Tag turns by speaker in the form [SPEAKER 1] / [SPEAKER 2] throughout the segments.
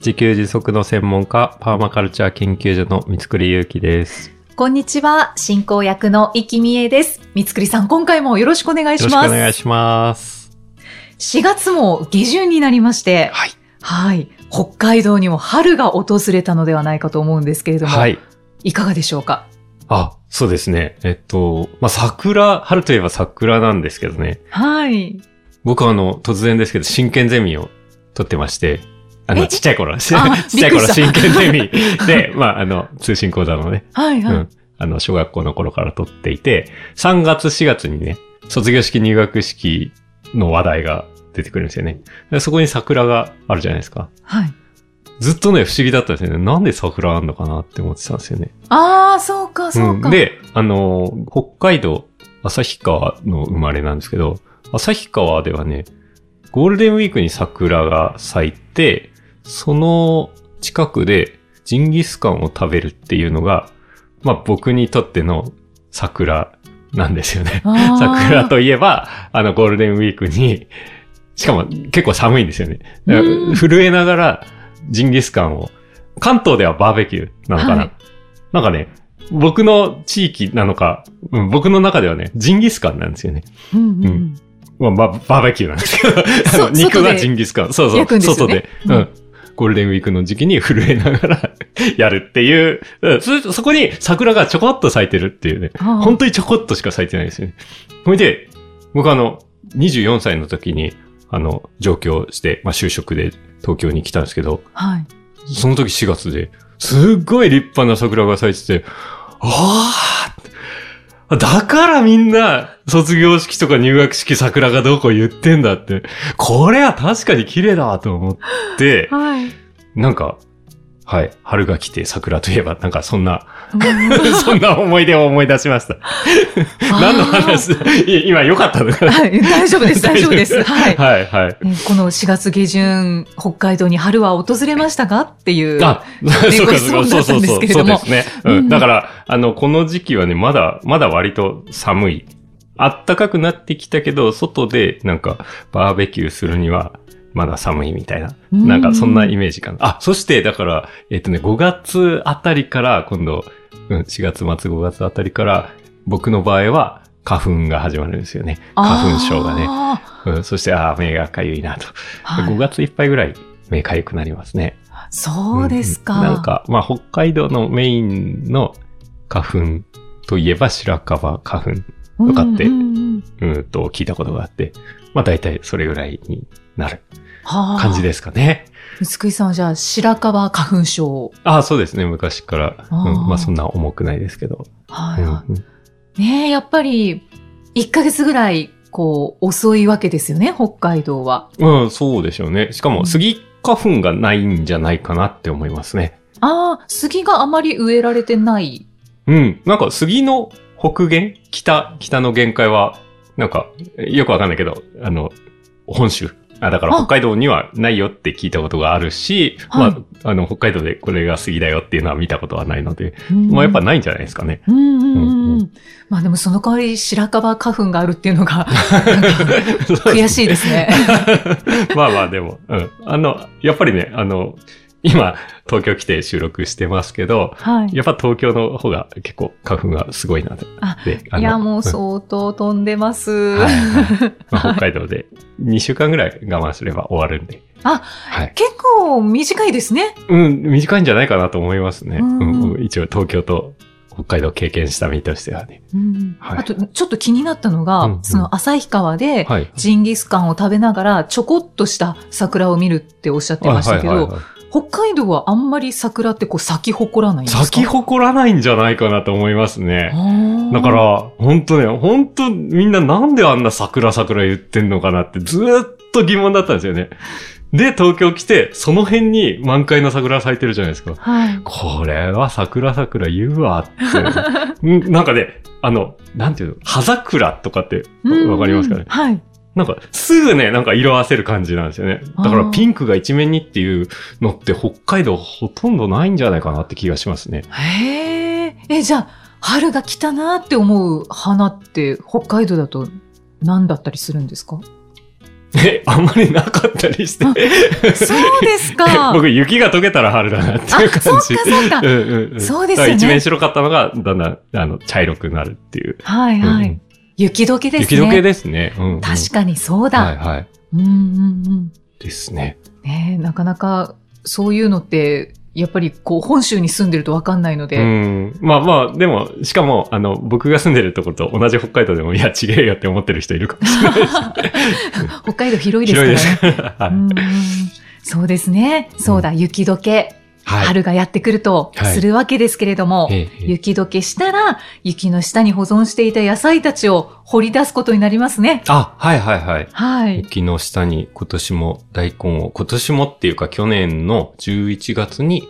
[SPEAKER 1] 自給自足の専門家、パーマカルチャー研究所の三栗祐樹です。
[SPEAKER 2] こんにちは進行役の生きみえです三栗さん今回もよろしくお願い
[SPEAKER 1] よ
[SPEAKER 2] し
[SPEAKER 1] ろしくお
[SPEAKER 2] ます
[SPEAKER 1] 願いします。
[SPEAKER 2] 4月も下旬になりまして
[SPEAKER 1] はい
[SPEAKER 2] はい北海道にも春が訪れたのではないかと思うんですけれども、
[SPEAKER 1] はい。
[SPEAKER 2] いかがでしょうか
[SPEAKER 1] あ、そうですね。えっと、まあ、桜、春といえば桜なんですけどね。
[SPEAKER 2] はい
[SPEAKER 1] 僕はあの、突然ですけど、真剣ゼミを取ってまして、あ
[SPEAKER 2] え
[SPEAKER 1] の、ちっちゃい頃、ち
[SPEAKER 2] あ
[SPEAKER 1] っ ちゃい
[SPEAKER 2] びっく
[SPEAKER 1] 頃
[SPEAKER 2] りし
[SPEAKER 1] 真
[SPEAKER 2] た
[SPEAKER 1] 剣ゼミ で、まあ、あの、通信講座のね、
[SPEAKER 2] はいは
[SPEAKER 1] う
[SPEAKER 2] い、
[SPEAKER 1] ん。あの、小学校の頃から取っていて、3月、4月にね、卒業式、入学式の話題が出てくるんですよね。でそこに桜があるじゃないですか。
[SPEAKER 2] はい
[SPEAKER 1] ずっとね、不思議だったんですよね。なんで桜あんのかなって思ってたんですよね。
[SPEAKER 2] ああそうかそうか、
[SPEAKER 1] ん、で、あのー、北海道、旭川の生まれなんですけど、旭川ではね、ゴールデンウィークに桜が咲いて、その近くでジンギスカンを食べるっていうのが、まあ僕にとっての桜なんですよね。
[SPEAKER 2] あー
[SPEAKER 1] 桜といえば、あのゴールデンウィークに、しかも結構寒いんですよね。だから
[SPEAKER 2] うん
[SPEAKER 1] 震えながらジンギスカンを、関東ではバーベキューなのかな。
[SPEAKER 2] はい
[SPEAKER 1] なんかね、僕の地域なのか、うん僕の中ではね、ジンギスカンなんですよね。
[SPEAKER 2] うんう
[SPEAKER 1] うんんまあ、ババーベキューなんですけど、あ
[SPEAKER 2] そ
[SPEAKER 1] の肉
[SPEAKER 2] 外
[SPEAKER 1] が
[SPEAKER 2] で
[SPEAKER 1] ジンギスカン。そうそう、
[SPEAKER 2] 焼くんですよ
[SPEAKER 1] 外
[SPEAKER 2] ね
[SPEAKER 1] で、うん。ゴールデンウィークの時期に震えながらやるっていう、うんそ、そこに桜がちょこっと咲いてるっていうね。
[SPEAKER 2] あー
[SPEAKER 1] 本当にちょこっとしか咲いてないですよね。ほいで、僕あの、24歳の時に、あの、上京して、まあ、就職で東京に来たんですけど、
[SPEAKER 2] はい
[SPEAKER 1] その時4月で、すっごい立派な桜が咲いてて、ああだからみんな、卒業式とか入学式桜がどうこう言ってんだって、これは確かに綺麗だと思 って、
[SPEAKER 2] はい。
[SPEAKER 1] なんか、はい、春が来て桜といえば、なんかそんな、 そんな思い出を思い出しました。何の話 い今良かったのかな
[SPEAKER 2] はい、 大丈夫 です、大丈夫です。はい。
[SPEAKER 1] はい、はい。
[SPEAKER 2] ねこの4月下旬、北海道に春は訪れましたかっていう。
[SPEAKER 1] あ、そう
[SPEAKER 2] ご
[SPEAKER 1] か、
[SPEAKER 2] 質
[SPEAKER 1] そう
[SPEAKER 2] 問
[SPEAKER 1] か、そ
[SPEAKER 2] だ
[SPEAKER 1] う
[SPEAKER 2] った
[SPEAKER 1] そ
[SPEAKER 2] ん
[SPEAKER 1] う
[SPEAKER 2] です
[SPEAKER 1] そう
[SPEAKER 2] けれども
[SPEAKER 1] ですね。う
[SPEAKER 2] うん
[SPEAKER 1] ん。だから、あの、この時期はね、まだ、まだ割と寒い。あったかくなってきたけど、外で、なんか、バーベキューするには、まだ寒いみたいな。
[SPEAKER 2] うん
[SPEAKER 1] なんか、そんなイメージかな。あ、そして、だから、えっ、とね、5月あたりから、今度、うん、4月末5月あたりから、僕の場合は、花粉が始まるんですよね。花粉症がね。
[SPEAKER 2] あ
[SPEAKER 1] うん、そして、ああ、目がかゆいなと。
[SPEAKER 2] ーはい
[SPEAKER 1] 5月いっぱいぐらい、目かゆくなりますね。
[SPEAKER 2] そうですか。
[SPEAKER 1] うんなんか、まあ、北海道のメインの花粉といえば白樺花粉、
[SPEAKER 2] うん、
[SPEAKER 1] とかって
[SPEAKER 2] うんうん
[SPEAKER 1] うんと聞いたことがあって、まあ、大体それぐらいになる
[SPEAKER 2] はあ
[SPEAKER 1] 感じですかね。
[SPEAKER 2] 薄井さんはじゃあ、白樺花粉症。
[SPEAKER 1] ああ、そうですね。昔から。うん
[SPEAKER 2] あー
[SPEAKER 1] まあ、そんな重くないですけど。
[SPEAKER 2] は
[SPEAKER 1] う
[SPEAKER 2] い
[SPEAKER 1] ん
[SPEAKER 2] は
[SPEAKER 1] うん
[SPEAKER 2] い。ねえやっぱり、1ヶ月ぐらい、こう、遅いわけですよね、北海道は。
[SPEAKER 1] うん、そうでしょうね。しか
[SPEAKER 2] うん
[SPEAKER 1] も、スギ花粉がないんじゃないかなって思いますね。
[SPEAKER 2] ああ、杉があまり植えられてない。
[SPEAKER 1] うん。なんか、スギの北限北、北の限界は、なんか、よくわかんないけど、あの、本州。あ、だから
[SPEAKER 2] あ
[SPEAKER 1] 北海道にはないよって聞いたことがあるし、
[SPEAKER 2] はい
[SPEAKER 1] まあ、あの、北海道でこれがスギだよっていうのは見たことはないので、
[SPEAKER 2] うん
[SPEAKER 1] まあやっぱないんじゃないですかね。
[SPEAKER 2] うんうんうん
[SPEAKER 1] うん
[SPEAKER 2] うん。まあでもその代わり白樺花粉があるっていうのがなんか 悔しいですね。
[SPEAKER 1] まあまあでも、うん。あの、やっぱりね、あの、今、東京来て収録してますけど、
[SPEAKER 2] はい。
[SPEAKER 1] やっぱ東京の方が結構花粉がすごいなって。
[SPEAKER 2] あ
[SPEAKER 1] であの
[SPEAKER 2] いやもう相当飛んでます。
[SPEAKER 1] はいはいまあ北海道で2週間ぐらい我慢すれば終わるんで。
[SPEAKER 2] あ
[SPEAKER 1] はい。
[SPEAKER 2] 結構短いですね。
[SPEAKER 1] うん、短いんじゃないかなと思いますね。
[SPEAKER 2] う
[SPEAKER 1] うんんうん一応東京と北海道経験した身としてはね。はい
[SPEAKER 2] あとちょっと気になったのが、
[SPEAKER 1] うんうん
[SPEAKER 2] その旭川で
[SPEAKER 1] はい。
[SPEAKER 2] ジンギスカンを食べながらちょこっとした桜を見るっておっしゃってましたけど、
[SPEAKER 1] はいはいはいは
[SPEAKER 2] 北海道はあんまり桜ってこう咲き誇らないん
[SPEAKER 1] い
[SPEAKER 2] ですか
[SPEAKER 1] 咲き誇らないんじゃないかなと思いますね。だか、
[SPEAKER 2] あー
[SPEAKER 1] ら、本当ね、本当みんななんであんな桜桜言ってんのかなってずーっと疑問だったんですよね。で、東京来て、その辺に満開の桜咲いてるじゃないですか。
[SPEAKER 2] はい。
[SPEAKER 1] これは桜桜言うわって。んなんかね、あの、なんていうの、葉桜とかってわわかりますかね。
[SPEAKER 2] はい。
[SPEAKER 1] なんか、すぐね、なんか色あせる感じなんですよね。だか
[SPEAKER 2] あー
[SPEAKER 1] らピンクが一面にっていうのって北海道ほとんどないんじゃないかなって気がしますね。
[SPEAKER 2] へえ。え、じゃあ、春が来たなって思う花って、北海道だと何だったりするんですか
[SPEAKER 1] え、あんまりなかったりして
[SPEAKER 2] あ。そうです か。
[SPEAKER 1] 僕、雪が溶けたら春だなっていう
[SPEAKER 2] あ、そ
[SPEAKER 1] 感
[SPEAKER 2] っかそ
[SPEAKER 1] じ。
[SPEAKER 2] っか。
[SPEAKER 1] うんうんうん
[SPEAKER 2] そうですよね
[SPEAKER 1] だから一面白かったのが、だんだん、あの、茶色くなるっていう。
[SPEAKER 2] はいは
[SPEAKER 1] う
[SPEAKER 2] い
[SPEAKER 1] ん。
[SPEAKER 2] 雪解けですね。
[SPEAKER 1] 雪解けですね。うんうん
[SPEAKER 2] 確かにそう
[SPEAKER 1] はい
[SPEAKER 2] だ。
[SPEAKER 1] はい。
[SPEAKER 2] うんうんうん。
[SPEAKER 1] ですね。
[SPEAKER 2] ねえなかなかそういうのって、やっぱりこう、本州に住んでるとわかんないの
[SPEAKER 1] う
[SPEAKER 2] で。
[SPEAKER 1] ん。まあまあ、でも、しかも、あの、僕が住んでるところと同じ北海道でも、いや、違えよって思ってる人いるかもしれない。
[SPEAKER 2] 北海道広 いですか
[SPEAKER 1] 広
[SPEAKER 2] ら
[SPEAKER 1] い
[SPEAKER 2] ね。
[SPEAKER 1] ですから。は
[SPEAKER 2] う
[SPEAKER 1] い
[SPEAKER 2] んうんそうですね。そうだ、雪解け。
[SPEAKER 1] はい。
[SPEAKER 2] 春がやってくると
[SPEAKER 1] はい
[SPEAKER 2] するわけですけれども、
[SPEAKER 1] ええ
[SPEAKER 2] 雪解けしたら、雪の下に保存していた野菜たちを掘り出すことになりますね。
[SPEAKER 1] あ、はいはいはい。
[SPEAKER 2] はい。
[SPEAKER 1] 雪の下に今年も大根を、今年もっていうか去年の11月に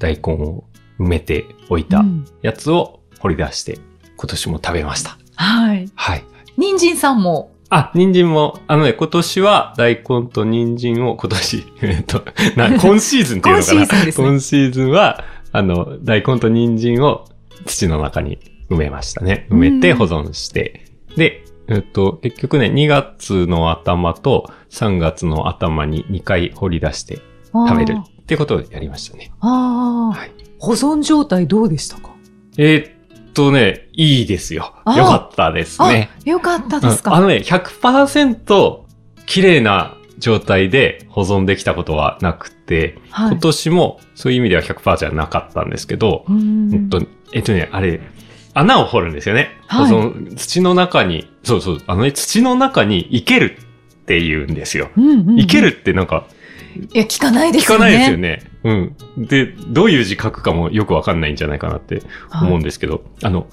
[SPEAKER 1] 大根を埋めておいうた
[SPEAKER 2] ん
[SPEAKER 1] やつを掘り出して、今年も食べました。
[SPEAKER 2] はい。
[SPEAKER 1] はい。
[SPEAKER 2] 人参さんも、
[SPEAKER 1] あ、人参も、あのね、今年は大根と人参を、今年、 えっと、 な、今シーズンっていう
[SPEAKER 2] 今
[SPEAKER 1] のか
[SPEAKER 2] シ
[SPEAKER 1] な
[SPEAKER 2] ー。ズンですね。
[SPEAKER 1] 今シーズンは、あの、大根と人参を土の中に埋めましたね。埋めて
[SPEAKER 2] うん
[SPEAKER 1] 保存して。で、えっと、結局ね、2月の頭と3月の頭に2回掘り出して食べる
[SPEAKER 2] あー
[SPEAKER 1] ってことをやりましたね。
[SPEAKER 2] あー、
[SPEAKER 1] はい
[SPEAKER 2] 保存状態どうでしたか
[SPEAKER 1] えーっとね、いいですよ。
[SPEAKER 2] あー
[SPEAKER 1] よかったです
[SPEAKER 2] あ、
[SPEAKER 1] ね。
[SPEAKER 2] よかったです
[SPEAKER 1] うんあ
[SPEAKER 2] か。
[SPEAKER 1] のね、100%綺麗な状態で保存できたことはなくて、
[SPEAKER 2] は
[SPEAKER 1] 今年もそういう意味では100%じゃなかったんですけど、
[SPEAKER 2] う
[SPEAKER 1] え
[SPEAKER 2] ん
[SPEAKER 1] っと、えっとね、あれ、穴を掘るんですよね。
[SPEAKER 2] はい
[SPEAKER 1] その土の中に、そうそう、あのね、土の中に生けるって言うんですよ。
[SPEAKER 2] うんうんうん
[SPEAKER 1] 生けるってなんか、
[SPEAKER 2] いや、聞かないで
[SPEAKER 1] 聞
[SPEAKER 2] すよ
[SPEAKER 1] か
[SPEAKER 2] ね。
[SPEAKER 1] ないですよね。うん。で、どういう字書くかもよくわかんないんじゃないかなって
[SPEAKER 2] はい
[SPEAKER 1] 思うんですけど、あの、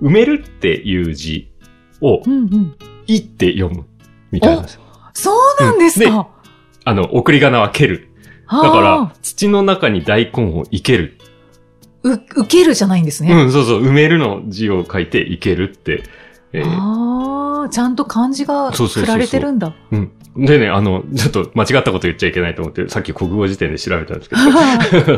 [SPEAKER 1] 埋めるっていう字を、
[SPEAKER 2] うんうん。
[SPEAKER 1] いって読む。みたいなんですよ。
[SPEAKER 2] そうなんです
[SPEAKER 1] うん
[SPEAKER 2] か。
[SPEAKER 1] あの、送り仮名は蹴る。
[SPEAKER 2] あ
[SPEAKER 1] だ
[SPEAKER 2] ー
[SPEAKER 1] から、土の中に大根を生ける
[SPEAKER 2] う、受けるじゃないんですね。
[SPEAKER 1] うん、そうそう、埋めるの字を書いていけるって。えー
[SPEAKER 2] ああ、ちゃんと漢字が
[SPEAKER 1] そうそうそうそう
[SPEAKER 2] 振られてる んだ。
[SPEAKER 1] うん。でね、あの、ちょっと間違ったこと言っちゃいけないと思って、さっき国語辞典で調べたんですけど、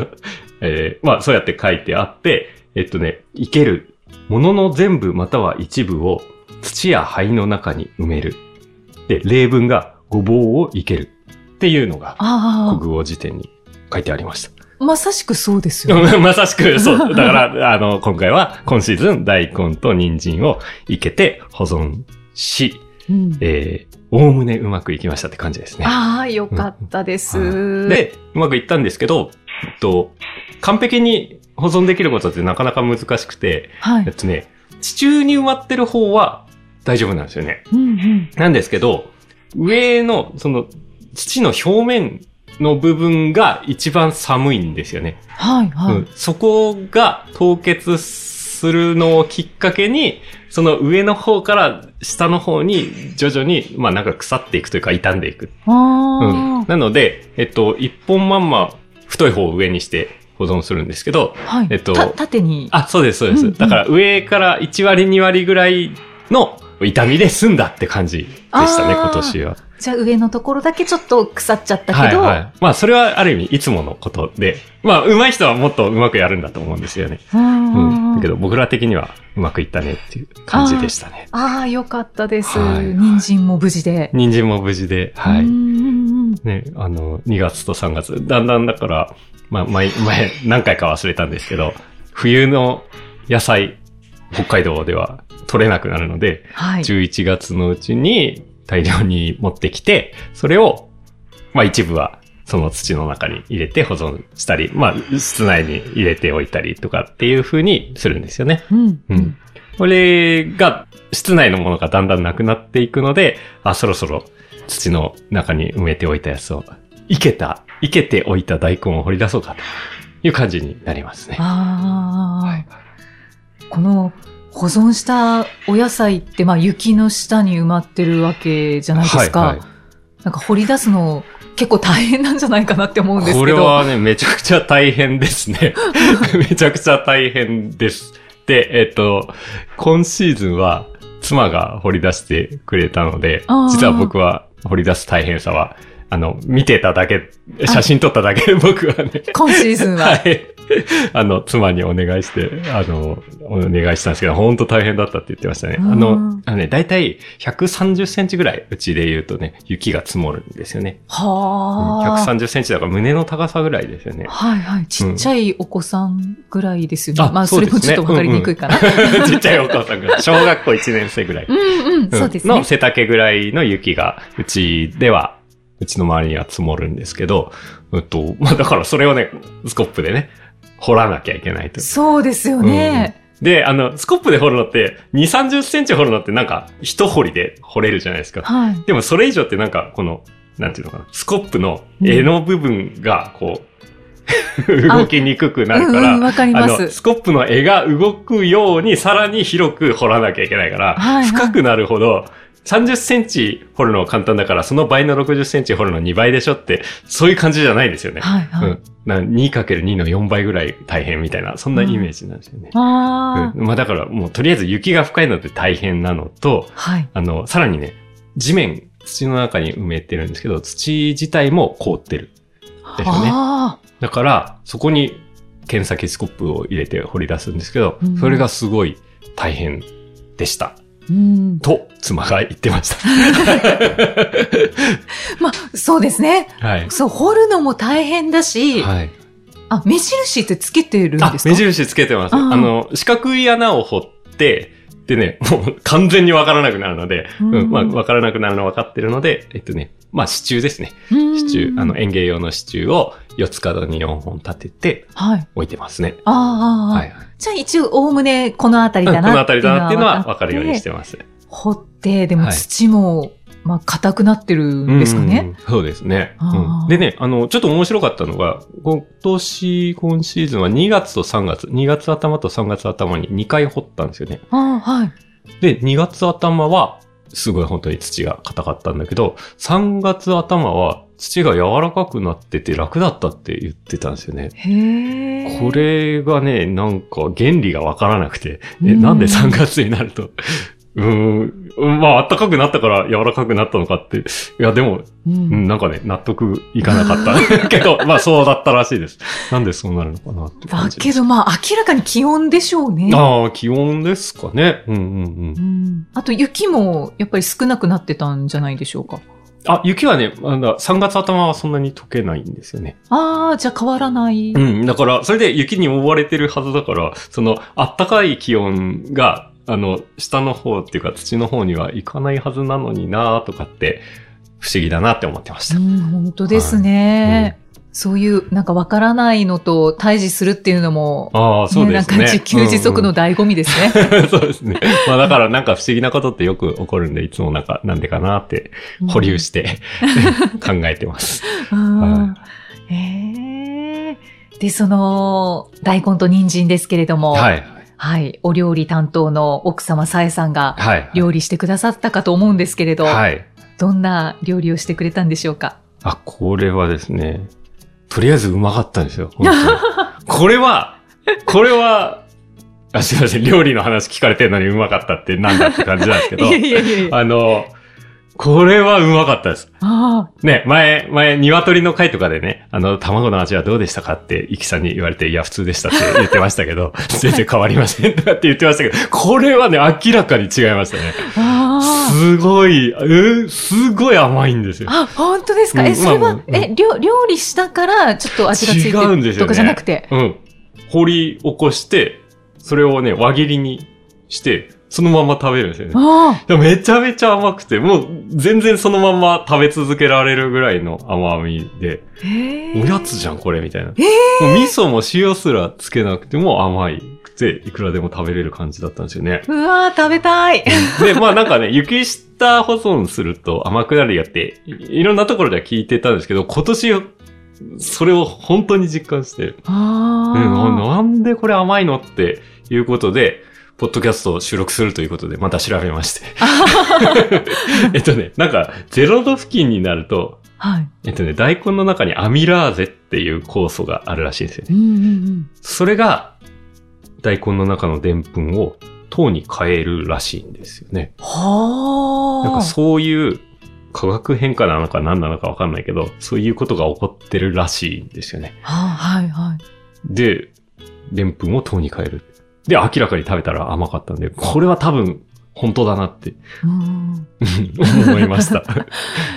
[SPEAKER 1] えーまあ、そうやって書いてあって、えっとね、いける。ものの全部または一部を土や灰の中に埋める。で、例文がごぼうをいける。っていうのが、
[SPEAKER 2] あ
[SPEAKER 1] 国語辞典に書いてありました。
[SPEAKER 2] あ、まさしくそうですよね。
[SPEAKER 1] うん まさしく、そう。だから、あの、今回は、今シーズン、大根と人参をいけて保存し、
[SPEAKER 2] うん
[SPEAKER 1] えー、おおむねうまくいきましたって感じですね。
[SPEAKER 2] ああ、よかったです。
[SPEAKER 1] で、うまくいったんですけど、えっと、完璧に保存できることってなかなか難しくて、
[SPEAKER 2] は
[SPEAKER 1] えっ
[SPEAKER 2] い。
[SPEAKER 1] とね、地中に埋まってる方は大丈夫なんですよね。
[SPEAKER 2] うんうん。
[SPEAKER 1] なんですけど、上の、その、土の表面の部分が一番寒いんですよね。
[SPEAKER 2] はいはい。
[SPEAKER 1] うん、そこが凍結するのをきっかけに、その上の方から下の方に徐々に、まあなんか腐っていくというか傷んでいく。うん
[SPEAKER 2] ああ、
[SPEAKER 1] なので、えっと、一本まんま太い方を上にして保存するんですけど、
[SPEAKER 2] はい。
[SPEAKER 1] えっと
[SPEAKER 2] た縦に。
[SPEAKER 1] あ、そうです、そうで
[SPEAKER 2] うんう
[SPEAKER 1] す。
[SPEAKER 2] ん
[SPEAKER 1] だから上から1割2割ぐらいの痛みで済んだって感じでしたね、
[SPEAKER 2] あー
[SPEAKER 1] 今年は。
[SPEAKER 2] じゃあ上のところだけちょっと腐っちゃったけど、
[SPEAKER 1] はいはい。まあそれはある意味いつものことで、まあ上手い人はもっと上手くやるんだと思うんですよね。
[SPEAKER 2] うんうん
[SPEAKER 1] う、
[SPEAKER 2] うんん
[SPEAKER 1] だけど僕ら的にはうまくいったねっていう感じでしたね。
[SPEAKER 2] ああ、よかったです。
[SPEAKER 1] はい
[SPEAKER 2] 人参も無事で。
[SPEAKER 1] 人参も無事で、はい。
[SPEAKER 2] うんうんうん
[SPEAKER 1] ね、あの、2月と3月、だんだんだから、まあ、前、前、何回か忘れたんですけど、冬の野菜、北海道では取れなくなるので、
[SPEAKER 2] はい。
[SPEAKER 1] 11月のうちに大量に持ってきて、それを、まあ一部はその土の中に入れて保存したり、まあ室内に入れておいたりとかっていう風にするんですよね。
[SPEAKER 2] うん
[SPEAKER 1] う。ん。これが、室内のものがだんだんなくなっていくので、あ、そろそろ土の中に埋めておいたやつを、いけた、いけておいた大根を掘り出そうかという感じになりますね。
[SPEAKER 2] ああ、この保存したお野菜って、まあ、雪の下に埋まってるわけじゃないですか。
[SPEAKER 1] はいはい
[SPEAKER 2] なんか掘り出すの結構大変なんじゃないかなって思うんですけど。
[SPEAKER 1] これはね、めちゃくちゃ大変で すね。めちゃくちゃ大変です。で、えっと、今シーズンは妻が掘り出してくれたので
[SPEAKER 2] あー、
[SPEAKER 1] 実は僕は掘り出す大変さは、あの、見てただけ、写真撮っただけで僕はね、
[SPEAKER 2] 今シーズンは。
[SPEAKER 1] はい。 あの、妻にお願いして、あの、お願いしたんですけど、本当大変だったって言ってましたね。あ
[SPEAKER 2] うん
[SPEAKER 1] の、あのね、だいたい130センチぐらい、うちで言うとね、雪が積もるんですよね。
[SPEAKER 2] はあ。
[SPEAKER 1] 130センチだから胸の高さぐらいですよね。
[SPEAKER 2] はいはい。ちっちゃいお子さんぐらいですよね。
[SPEAKER 1] あ
[SPEAKER 2] まあ、そ
[SPEAKER 1] そう
[SPEAKER 2] れ
[SPEAKER 1] です
[SPEAKER 2] も
[SPEAKER 1] ね
[SPEAKER 2] ちょっとわかりにくいかな。
[SPEAKER 1] ちっちゃいお母さんが、小学校1年生ぐらい。
[SPEAKER 2] うんうん、
[SPEAKER 1] ん
[SPEAKER 2] そうです
[SPEAKER 1] の
[SPEAKER 2] ね。
[SPEAKER 1] 背丈ぐらいの雪が、うちでは、うちの周りには積もるんですけど、えっと、まあだからそれをね、スコップでね、掘らなきゃいけないと。
[SPEAKER 2] そうですよね。
[SPEAKER 1] で、あの、スコップで掘るのって、2、30センチ掘るのってなんか、一掘りで掘れるじゃないですか。
[SPEAKER 2] はい。
[SPEAKER 1] でもそれ以上ってなんか、この、なんていうのかな、スコップの柄の部分が、こう、
[SPEAKER 2] んあ
[SPEAKER 1] 動きにくくなるか
[SPEAKER 2] うん
[SPEAKER 1] ら、
[SPEAKER 2] うん、わかり
[SPEAKER 1] あ
[SPEAKER 2] ま
[SPEAKER 1] の、
[SPEAKER 2] す。
[SPEAKER 1] スコップの絵が動くようにさらに広く掘らなきゃいけないから、
[SPEAKER 2] はいはい
[SPEAKER 1] 深くなるほど、30センチ掘るのは簡単だから、その倍の60センチ掘るの2倍でしょって、そういう感じじゃないんですよね。
[SPEAKER 2] はいは
[SPEAKER 1] う
[SPEAKER 2] い。
[SPEAKER 1] ん。な 2×2 の4倍ぐらい大変みたいな、そんなイメージなんですよね。
[SPEAKER 2] ああ、
[SPEAKER 1] うんまあだからもうとりあえず雪が深いので大変なのと、
[SPEAKER 2] はい。
[SPEAKER 1] あの、さらにね、地面、土の中に埋めてるんですけど、土自体も凍ってる。ですよね
[SPEAKER 2] あ
[SPEAKER 1] だから、そこに剣先スコップを入れて掘り出すんですけど、
[SPEAKER 2] うん
[SPEAKER 1] それがすごい大変でした。
[SPEAKER 2] あ、うん。
[SPEAKER 1] と、妻が言ってました。
[SPEAKER 2] まあ、そうですね。
[SPEAKER 1] はい。
[SPEAKER 2] そう、掘るのも大変だし、
[SPEAKER 1] はい。
[SPEAKER 2] あ、目印ってつけてるん
[SPEAKER 1] あ
[SPEAKER 2] で、すか
[SPEAKER 1] 目印つけてます。
[SPEAKER 2] あー
[SPEAKER 1] あの、四角い穴を掘って、でね、 もう完全にわからなくなるので、
[SPEAKER 2] う
[SPEAKER 1] うんん、まあ、わからなくなるの分かってるので、えっとね、まあ、支柱ですね。
[SPEAKER 2] うん
[SPEAKER 1] 支柱、あの、園芸用の支柱を四つ角に4本立てて
[SPEAKER 2] はい。
[SPEAKER 1] 置いてますね。
[SPEAKER 2] ああ、ああ
[SPEAKER 1] はい。
[SPEAKER 2] じゃあ一応、おおむねこの辺
[SPEAKER 1] うん
[SPEAKER 2] り
[SPEAKER 1] こ
[SPEAKER 2] だな
[SPEAKER 1] の辺りだなっていうのは
[SPEAKER 2] 分
[SPEAKER 1] 分かるようにし。てます。
[SPEAKER 2] 掘って、でも
[SPEAKER 1] はい
[SPEAKER 2] 土も、まあ、硬くなってるんですか
[SPEAKER 1] うん
[SPEAKER 2] ね。
[SPEAKER 1] うんうんそうですね、
[SPEAKER 2] あー
[SPEAKER 1] うんでね、あの、ちょっと面白かったのが、今年、今シーズンは2月と3月、2月頭と3月頭に2回掘ったんですよね。
[SPEAKER 2] ああ、はい。
[SPEAKER 1] で、2月頭は、すごい本当に土が硬かったんだけど、3月頭は土が柔らかくなってて楽だったって言ってたんですよね。
[SPEAKER 2] へえ。
[SPEAKER 1] これがね、なんか原理がわからなくて、え、
[SPEAKER 2] うん
[SPEAKER 1] なんで3月になると、 うーん、まあ暖かくなったから柔らかくなったのかって、いやでも
[SPEAKER 2] うん、
[SPEAKER 1] うん、なんかね、納得いかな かった。けど、まあそうだったらしいです。なんでそうなるのかなって
[SPEAKER 2] だ
[SPEAKER 1] 感じ
[SPEAKER 2] け
[SPEAKER 1] です。
[SPEAKER 2] ど、まあ、明らかに気温でしょうね。
[SPEAKER 1] ああ、気温ですかね。うんうんうん
[SPEAKER 2] う。んあと雪もやっぱり少なくなってたんじゃないでしょうか。
[SPEAKER 1] あ、雪はね、あの3月頭はそんなに溶けないんですよね。
[SPEAKER 2] ああ、じゃあ変わらない。
[SPEAKER 1] うん、だから、それで雪に覆われてるはずだから、その、あったかい気温が、あの、下の方っていうか土の方には行かないはずなのになーとかって、不思議だなって思ってまし
[SPEAKER 2] う
[SPEAKER 1] た。
[SPEAKER 2] ん、本当ですね。そういう、なんかわからないのと対峙するっていうのも、
[SPEAKER 1] ああ、そう
[SPEAKER 2] ね
[SPEAKER 1] で
[SPEAKER 2] なん
[SPEAKER 1] すね。
[SPEAKER 2] か自給自足
[SPEAKER 1] うんうん
[SPEAKER 2] の醍醐味ですね。
[SPEAKER 1] そうですね。まあだからなんか不思議なことってよく起こるんで、いつもなんか、なんでかなって保留して 考えてます。
[SPEAKER 2] うんへえで、その、大根と人参ですけれども、
[SPEAKER 1] はい。
[SPEAKER 2] はいお料理担当の奥様、さえさんが
[SPEAKER 1] はい。
[SPEAKER 2] 料理してくださったかと思うんですけれど、
[SPEAKER 1] はい。
[SPEAKER 2] どんな料理をしてくれたんでしょうか。
[SPEAKER 1] あ、これはですね、とりあえずうまかったんですよ。本当にこれは、これは、あ、すいません、料理の話聞かれてるのにうまかったってなんだって感じなんですけ
[SPEAKER 2] い
[SPEAKER 1] ど
[SPEAKER 2] や、いやいやいや。
[SPEAKER 1] あの、これはうまかったです。
[SPEAKER 2] ああ
[SPEAKER 1] ね、前、前、鶏の回とかでね、あの、卵の味はどうでしたかって、イキさんに言われて、いや、普通でしたって言ってましたけ ど、全然変わりませんとかって言ってましたけど、これはね、明らかに違いましたね。
[SPEAKER 2] ああ
[SPEAKER 1] すごい、えーすごい甘いんですよ。
[SPEAKER 2] あ、本当ですか。
[SPEAKER 1] う
[SPEAKER 2] え、
[SPEAKER 1] ん
[SPEAKER 2] それ
[SPEAKER 1] まあ
[SPEAKER 2] は
[SPEAKER 1] ま、あうん
[SPEAKER 2] え、料料理したから、ちょっと味がついて
[SPEAKER 1] 違うんで
[SPEAKER 2] る
[SPEAKER 1] す
[SPEAKER 2] と
[SPEAKER 1] よね
[SPEAKER 2] かじゃなくて。
[SPEAKER 1] うん。掘り起こして、それをね、輪切りにして、そのまま食べるんですよね。
[SPEAKER 2] あ
[SPEAKER 1] いやめちゃめちゃ甘くて、もう全然そのまま食べ続けられるぐらいの甘みで、
[SPEAKER 2] あ。へえ
[SPEAKER 1] おやつじゃん、これ、みたいな。
[SPEAKER 2] え
[SPEAKER 1] もう味噌も塩すらつけなくても甘いくて、いくらでも食べれる感じだったんです よね。
[SPEAKER 2] うわー食べたい。
[SPEAKER 1] で、まあなんかね、雪下保存すると甘くなるやって、いいろんなところでは聞いてたんですけど、今年、それを本当に実感して、うん
[SPEAKER 2] あ
[SPEAKER 1] なんでこれ甘いのっていうことで、ポッドキャストを収録するということで、また調べまして。えっとね、なんか、0度付近になると、
[SPEAKER 2] あ。はい。
[SPEAKER 1] えっとね、大根の中にアミラーゼっていう酵素があるらしいんですよ
[SPEAKER 2] う
[SPEAKER 1] ね。
[SPEAKER 2] んうんうん。
[SPEAKER 1] それが、大根の中のでんぷんを糖に変えるらしいんですよね。
[SPEAKER 2] はあ。
[SPEAKER 1] なんかそういう化学変化なのか何なのかわかんないけど、そういうことが起こってるらしいんですよね。
[SPEAKER 2] はあはいはい。
[SPEAKER 1] で、でんぷんを糖に変える。で、明らかに食べたら甘かったんで、これは多分本当だなって
[SPEAKER 2] うんうん
[SPEAKER 1] うん思い ました。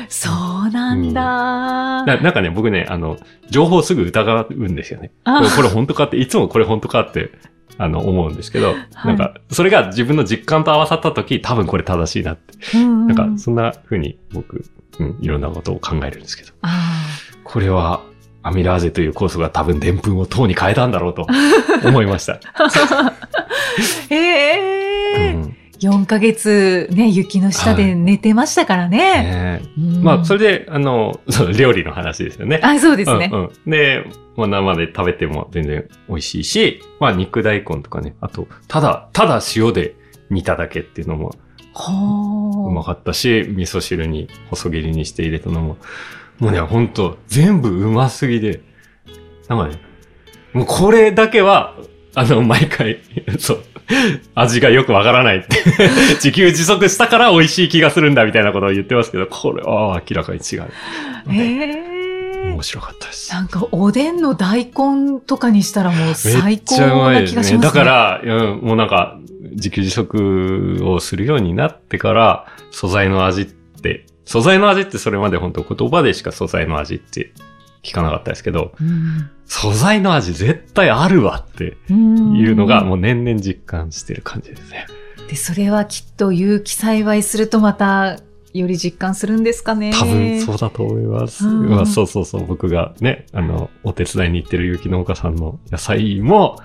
[SPEAKER 2] そうなんだ。
[SPEAKER 1] ななんかね、僕ね、あの、情報すぐ疑うんですよね。
[SPEAKER 2] あ
[SPEAKER 1] これ本当かって、いつもこれ本当かって、あの、思うんですけど、
[SPEAKER 2] い
[SPEAKER 1] なんか、それが自分の実感と合わさった時、多分これ正しいなって。
[SPEAKER 2] うん
[SPEAKER 1] な
[SPEAKER 2] うん
[SPEAKER 1] か、そんな風に僕、うん、いろんなことを考えるんですけど。
[SPEAKER 2] あ
[SPEAKER 1] これは、アミラーゼという酵素が多分でんぷんを糖に変えたんだろうと思いま した。
[SPEAKER 2] ーええ
[SPEAKER 1] うん
[SPEAKER 2] 4ヶ月ね、雪の下で寝てましたからね。
[SPEAKER 1] ねえ
[SPEAKER 2] うん
[SPEAKER 1] まあ、それで、あの、 その料理の話ですよね。
[SPEAKER 2] あ、そうですね。
[SPEAKER 1] うんうん、で、まあ、生で食べても全然美味しいし、まあ、肉大根とかね、あと、ただ、ただ塩で煮ただけっていうのもうま
[SPEAKER 2] は
[SPEAKER 1] かったし、味噌汁に細切りにして入れたのも、もうね、ほんと、全部うますぎで、なんかね、もうこれだけは、あの、毎回、 そう、味がよくわからないって、 自給自足したから美味しい気がするんだみたいなことを言ってますけど、これは明らかに違う。
[SPEAKER 2] あ。ええ
[SPEAKER 1] 面白かったです。
[SPEAKER 2] なんか、おでんの大根とかにしたらもう
[SPEAKER 1] め
[SPEAKER 2] 最
[SPEAKER 1] っ
[SPEAKER 2] 高
[SPEAKER 1] ちゃうまい
[SPEAKER 2] な
[SPEAKER 1] で
[SPEAKER 2] 気
[SPEAKER 1] す
[SPEAKER 2] がし
[SPEAKER 1] ね。
[SPEAKER 2] ますね。
[SPEAKER 1] だか、ら、うん、もうなんか、自給自足をするようになってから、素材の味って、素材の味ってそれまで本当言葉でしか素材の味って聞かなかったですけど、
[SPEAKER 2] うん、
[SPEAKER 1] 素材の味絶対あるわっていうのが、
[SPEAKER 2] ん
[SPEAKER 1] もう年々実感してる感じですね。
[SPEAKER 2] で、それはきっと有機栽培するとまた、より実感するんですかね。
[SPEAKER 1] 多分そうだと思います。
[SPEAKER 2] うん
[SPEAKER 1] まあ、そうそうそう、僕がね、あの、お手伝いに行ってる有機農家さんの野菜も、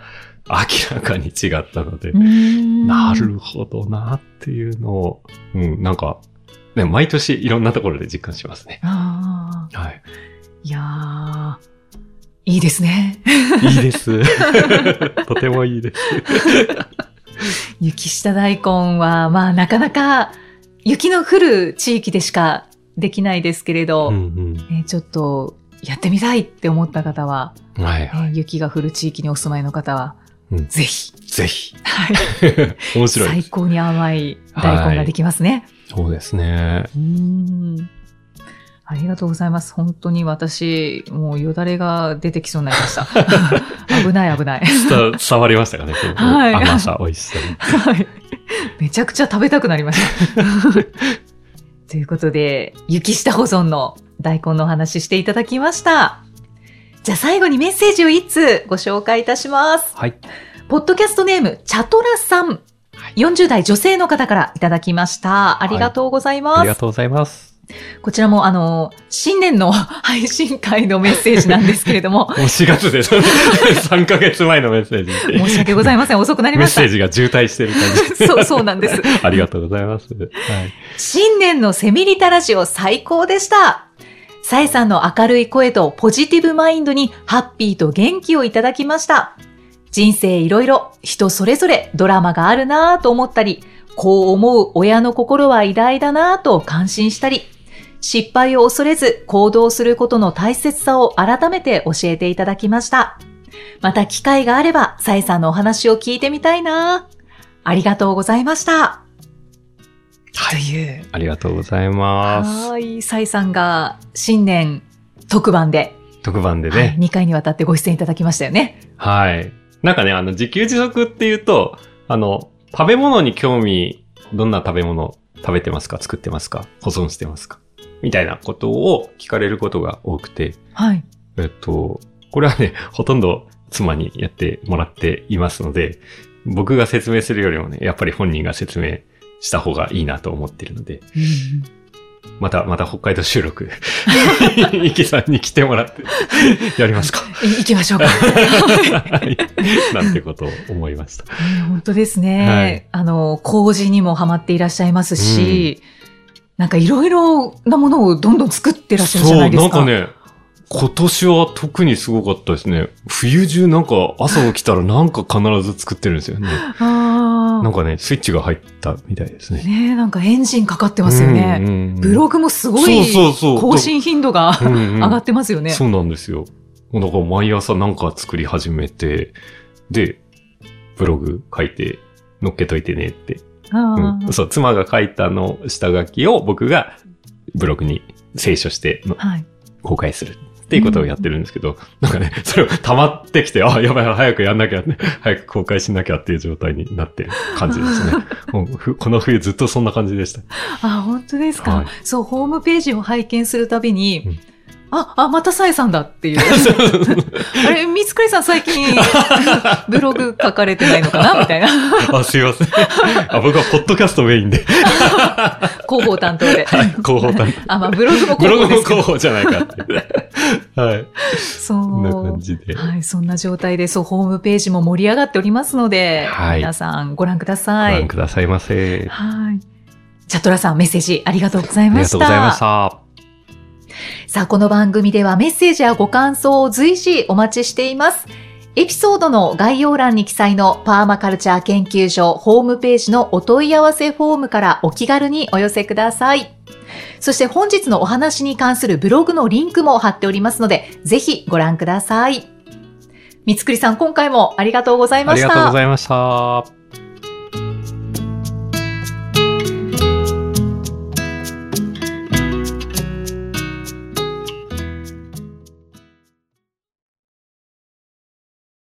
[SPEAKER 1] 明らかに違ったので、
[SPEAKER 2] うん
[SPEAKER 1] なるほどなっていうのを、うん、なんか、ね、毎年いろんなところで実感しますね。
[SPEAKER 2] ああ。
[SPEAKER 1] はい。
[SPEAKER 2] いやーいいです ね。
[SPEAKER 1] いい です。とてもいいです。
[SPEAKER 2] 雪下大根は、まあなかなか雪の降る地域でしかできないですけれど、
[SPEAKER 1] うん
[SPEAKER 2] ねちょっとやってみたいって思った方は、
[SPEAKER 1] うん。はいはい。
[SPEAKER 2] ね雪が降る地域にお住まいの方は、
[SPEAKER 1] うん
[SPEAKER 2] ぜひ、
[SPEAKER 1] ぜひ。
[SPEAKER 2] はい
[SPEAKER 1] 面白いで
[SPEAKER 2] 最
[SPEAKER 1] す。
[SPEAKER 2] 高に甘い大根ができますね。
[SPEAKER 1] そうですね。
[SPEAKER 2] うーんありがとうございます。本当に私、もうよだれが出てきそうになりま した。危ない危ない。
[SPEAKER 1] 伝伝わりましたかね、この
[SPEAKER 2] はい
[SPEAKER 1] 甘さ、美味しさに。
[SPEAKER 2] はい。めちゃくちゃ食べたくなりました。ということで、雪下保存の大根のお話ししていただきました。じゃあ最後にメッセージを一通ご紹介いたします。
[SPEAKER 1] はい。
[SPEAKER 2] ポッドキャストネーム、チャトラさん。40代女性の方からいただきました。ありがとうございます。
[SPEAKER 1] ありがとうございます。
[SPEAKER 2] こちらもあの、新年の 配信会のメッセージなんですけれど も、
[SPEAKER 1] もう4月です。3ヶ月前のメッセージ。
[SPEAKER 2] 申し訳ございません。遅くなり
[SPEAKER 1] メ
[SPEAKER 2] ま
[SPEAKER 1] ッ
[SPEAKER 2] した
[SPEAKER 1] セー。ジが渋滞してる感じ。
[SPEAKER 2] そう、そうなんです。
[SPEAKER 1] ありがとうございます。はい。
[SPEAKER 2] 新年のセミリタラジオ最高でした。さえさんの明るい声とポジティブマインドにハッピーと元気をいただきました。人生いろいろ人それぞれドラマがあるなぁと思ったり、こう思う親の心は偉大だなぁと感心したり、失敗を恐れず行動することの大切さを改めて教えていただきました。また機会があれば、さえさんのお話を聞いてみたいなぁありがとうございました。という
[SPEAKER 1] ありがとうございます。
[SPEAKER 2] はーい、サイさんが新年特番で、
[SPEAKER 1] 特番で
[SPEAKER 2] は
[SPEAKER 1] ね
[SPEAKER 2] い、。2回にわたってご出演いただきましたよね。
[SPEAKER 1] はい。なんかね、あの、自給自足っていうと、あの、食べ物に興味、どんな食べ物食べてますか作ってますか保存してますかみたいなことを聞かれることが多くて、
[SPEAKER 2] はい。
[SPEAKER 1] えっと、これはね、ほとんど妻にやってもらっていますので、僕が説明するよりもね、やっぱり本人が説明した方がいいなと思ってるので、また、また北海道収録、 イキさんに来てもらって、やりますか
[SPEAKER 2] い 行きましょうか。
[SPEAKER 1] はいなんてことを思いました。
[SPEAKER 2] ね本当ですね。あの、工事にもハマっていらっしゃいますし、なんかいろいろなものをどんどん作ってらっしゃるじゃないですか。
[SPEAKER 1] そう、なんかね、今年は特にすごかったですね。冬中なんか朝起きたらなんか必ず作ってるんですよね。
[SPEAKER 2] ああ
[SPEAKER 1] なんかね、スイッチが入ったみたいですね。
[SPEAKER 2] ねえ、なんかエンジンかかってますよ
[SPEAKER 1] うん
[SPEAKER 2] ね。
[SPEAKER 1] うんうん
[SPEAKER 2] ブログもすごい
[SPEAKER 1] そうそうそう
[SPEAKER 2] 更新頻度が
[SPEAKER 1] うんうん
[SPEAKER 2] 上がってますよね。
[SPEAKER 1] そうなんですよ。もうだから毎朝なんか作り始めて、で、ブログ書いて、乗っけといてねって。
[SPEAKER 2] あ
[SPEAKER 1] う
[SPEAKER 2] ー
[SPEAKER 1] んそう、妻が書いたの下書きを僕がブログに聖書しての
[SPEAKER 2] はい。
[SPEAKER 1] 公開するっていうことをやってるんですけど、なんかね、それを溜まってきて、あ、やばい、早くやんなきゃ、早く公開しなきゃっていう状態になってる感じです ね。もうふこの冬ずっとそんな感じでした。
[SPEAKER 2] あ、本当ですか、
[SPEAKER 1] はい
[SPEAKER 2] そう、ホームページを拝見するたびに、
[SPEAKER 1] うん
[SPEAKER 2] あ、あ、またさえさんだって いう。 あれ、三つくりさん最近、ブログ書かれてないのかなみたいな。
[SPEAKER 1] あ、すいません。あ僕はポッドキャストメインで、
[SPEAKER 2] 広報担当で。
[SPEAKER 1] はい、広報担当。
[SPEAKER 2] あ、まあ、ブログも
[SPEAKER 1] ブ
[SPEAKER 2] 広
[SPEAKER 1] ロ
[SPEAKER 2] 報
[SPEAKER 1] グ
[SPEAKER 2] で
[SPEAKER 1] も
[SPEAKER 2] すけ
[SPEAKER 1] 候
[SPEAKER 2] ど。
[SPEAKER 1] 補じゃないかって。 はい。
[SPEAKER 2] そ
[SPEAKER 1] こんな感
[SPEAKER 2] う。
[SPEAKER 1] じで。
[SPEAKER 2] はい、そんな状態で、そう、ホームページも盛り上がっておりますので、
[SPEAKER 1] はい
[SPEAKER 2] 皆さんご覧くだ
[SPEAKER 1] ご
[SPEAKER 2] さい。
[SPEAKER 1] 覧くださいませ。
[SPEAKER 2] はい。チャトラさん、メッセージありがとうござい
[SPEAKER 1] あり
[SPEAKER 2] ま
[SPEAKER 1] が
[SPEAKER 2] し
[SPEAKER 1] と
[SPEAKER 2] た。
[SPEAKER 1] うございました。
[SPEAKER 2] さあ、この番組ではメッセージやご感想を随時お待ちしています。エピソードの概要欄に記載のパーマカルチャー研究所ホームページのお問い合わせフォームからお気軽にお寄せください。そして本日のお話に関するブログのリンクも貼っておりますので、ぜひご覧ください。三つくりさん、今回もありがとうござい
[SPEAKER 1] あ
[SPEAKER 2] ま
[SPEAKER 1] り
[SPEAKER 2] し
[SPEAKER 1] がとう
[SPEAKER 2] た
[SPEAKER 1] ご。ざいました。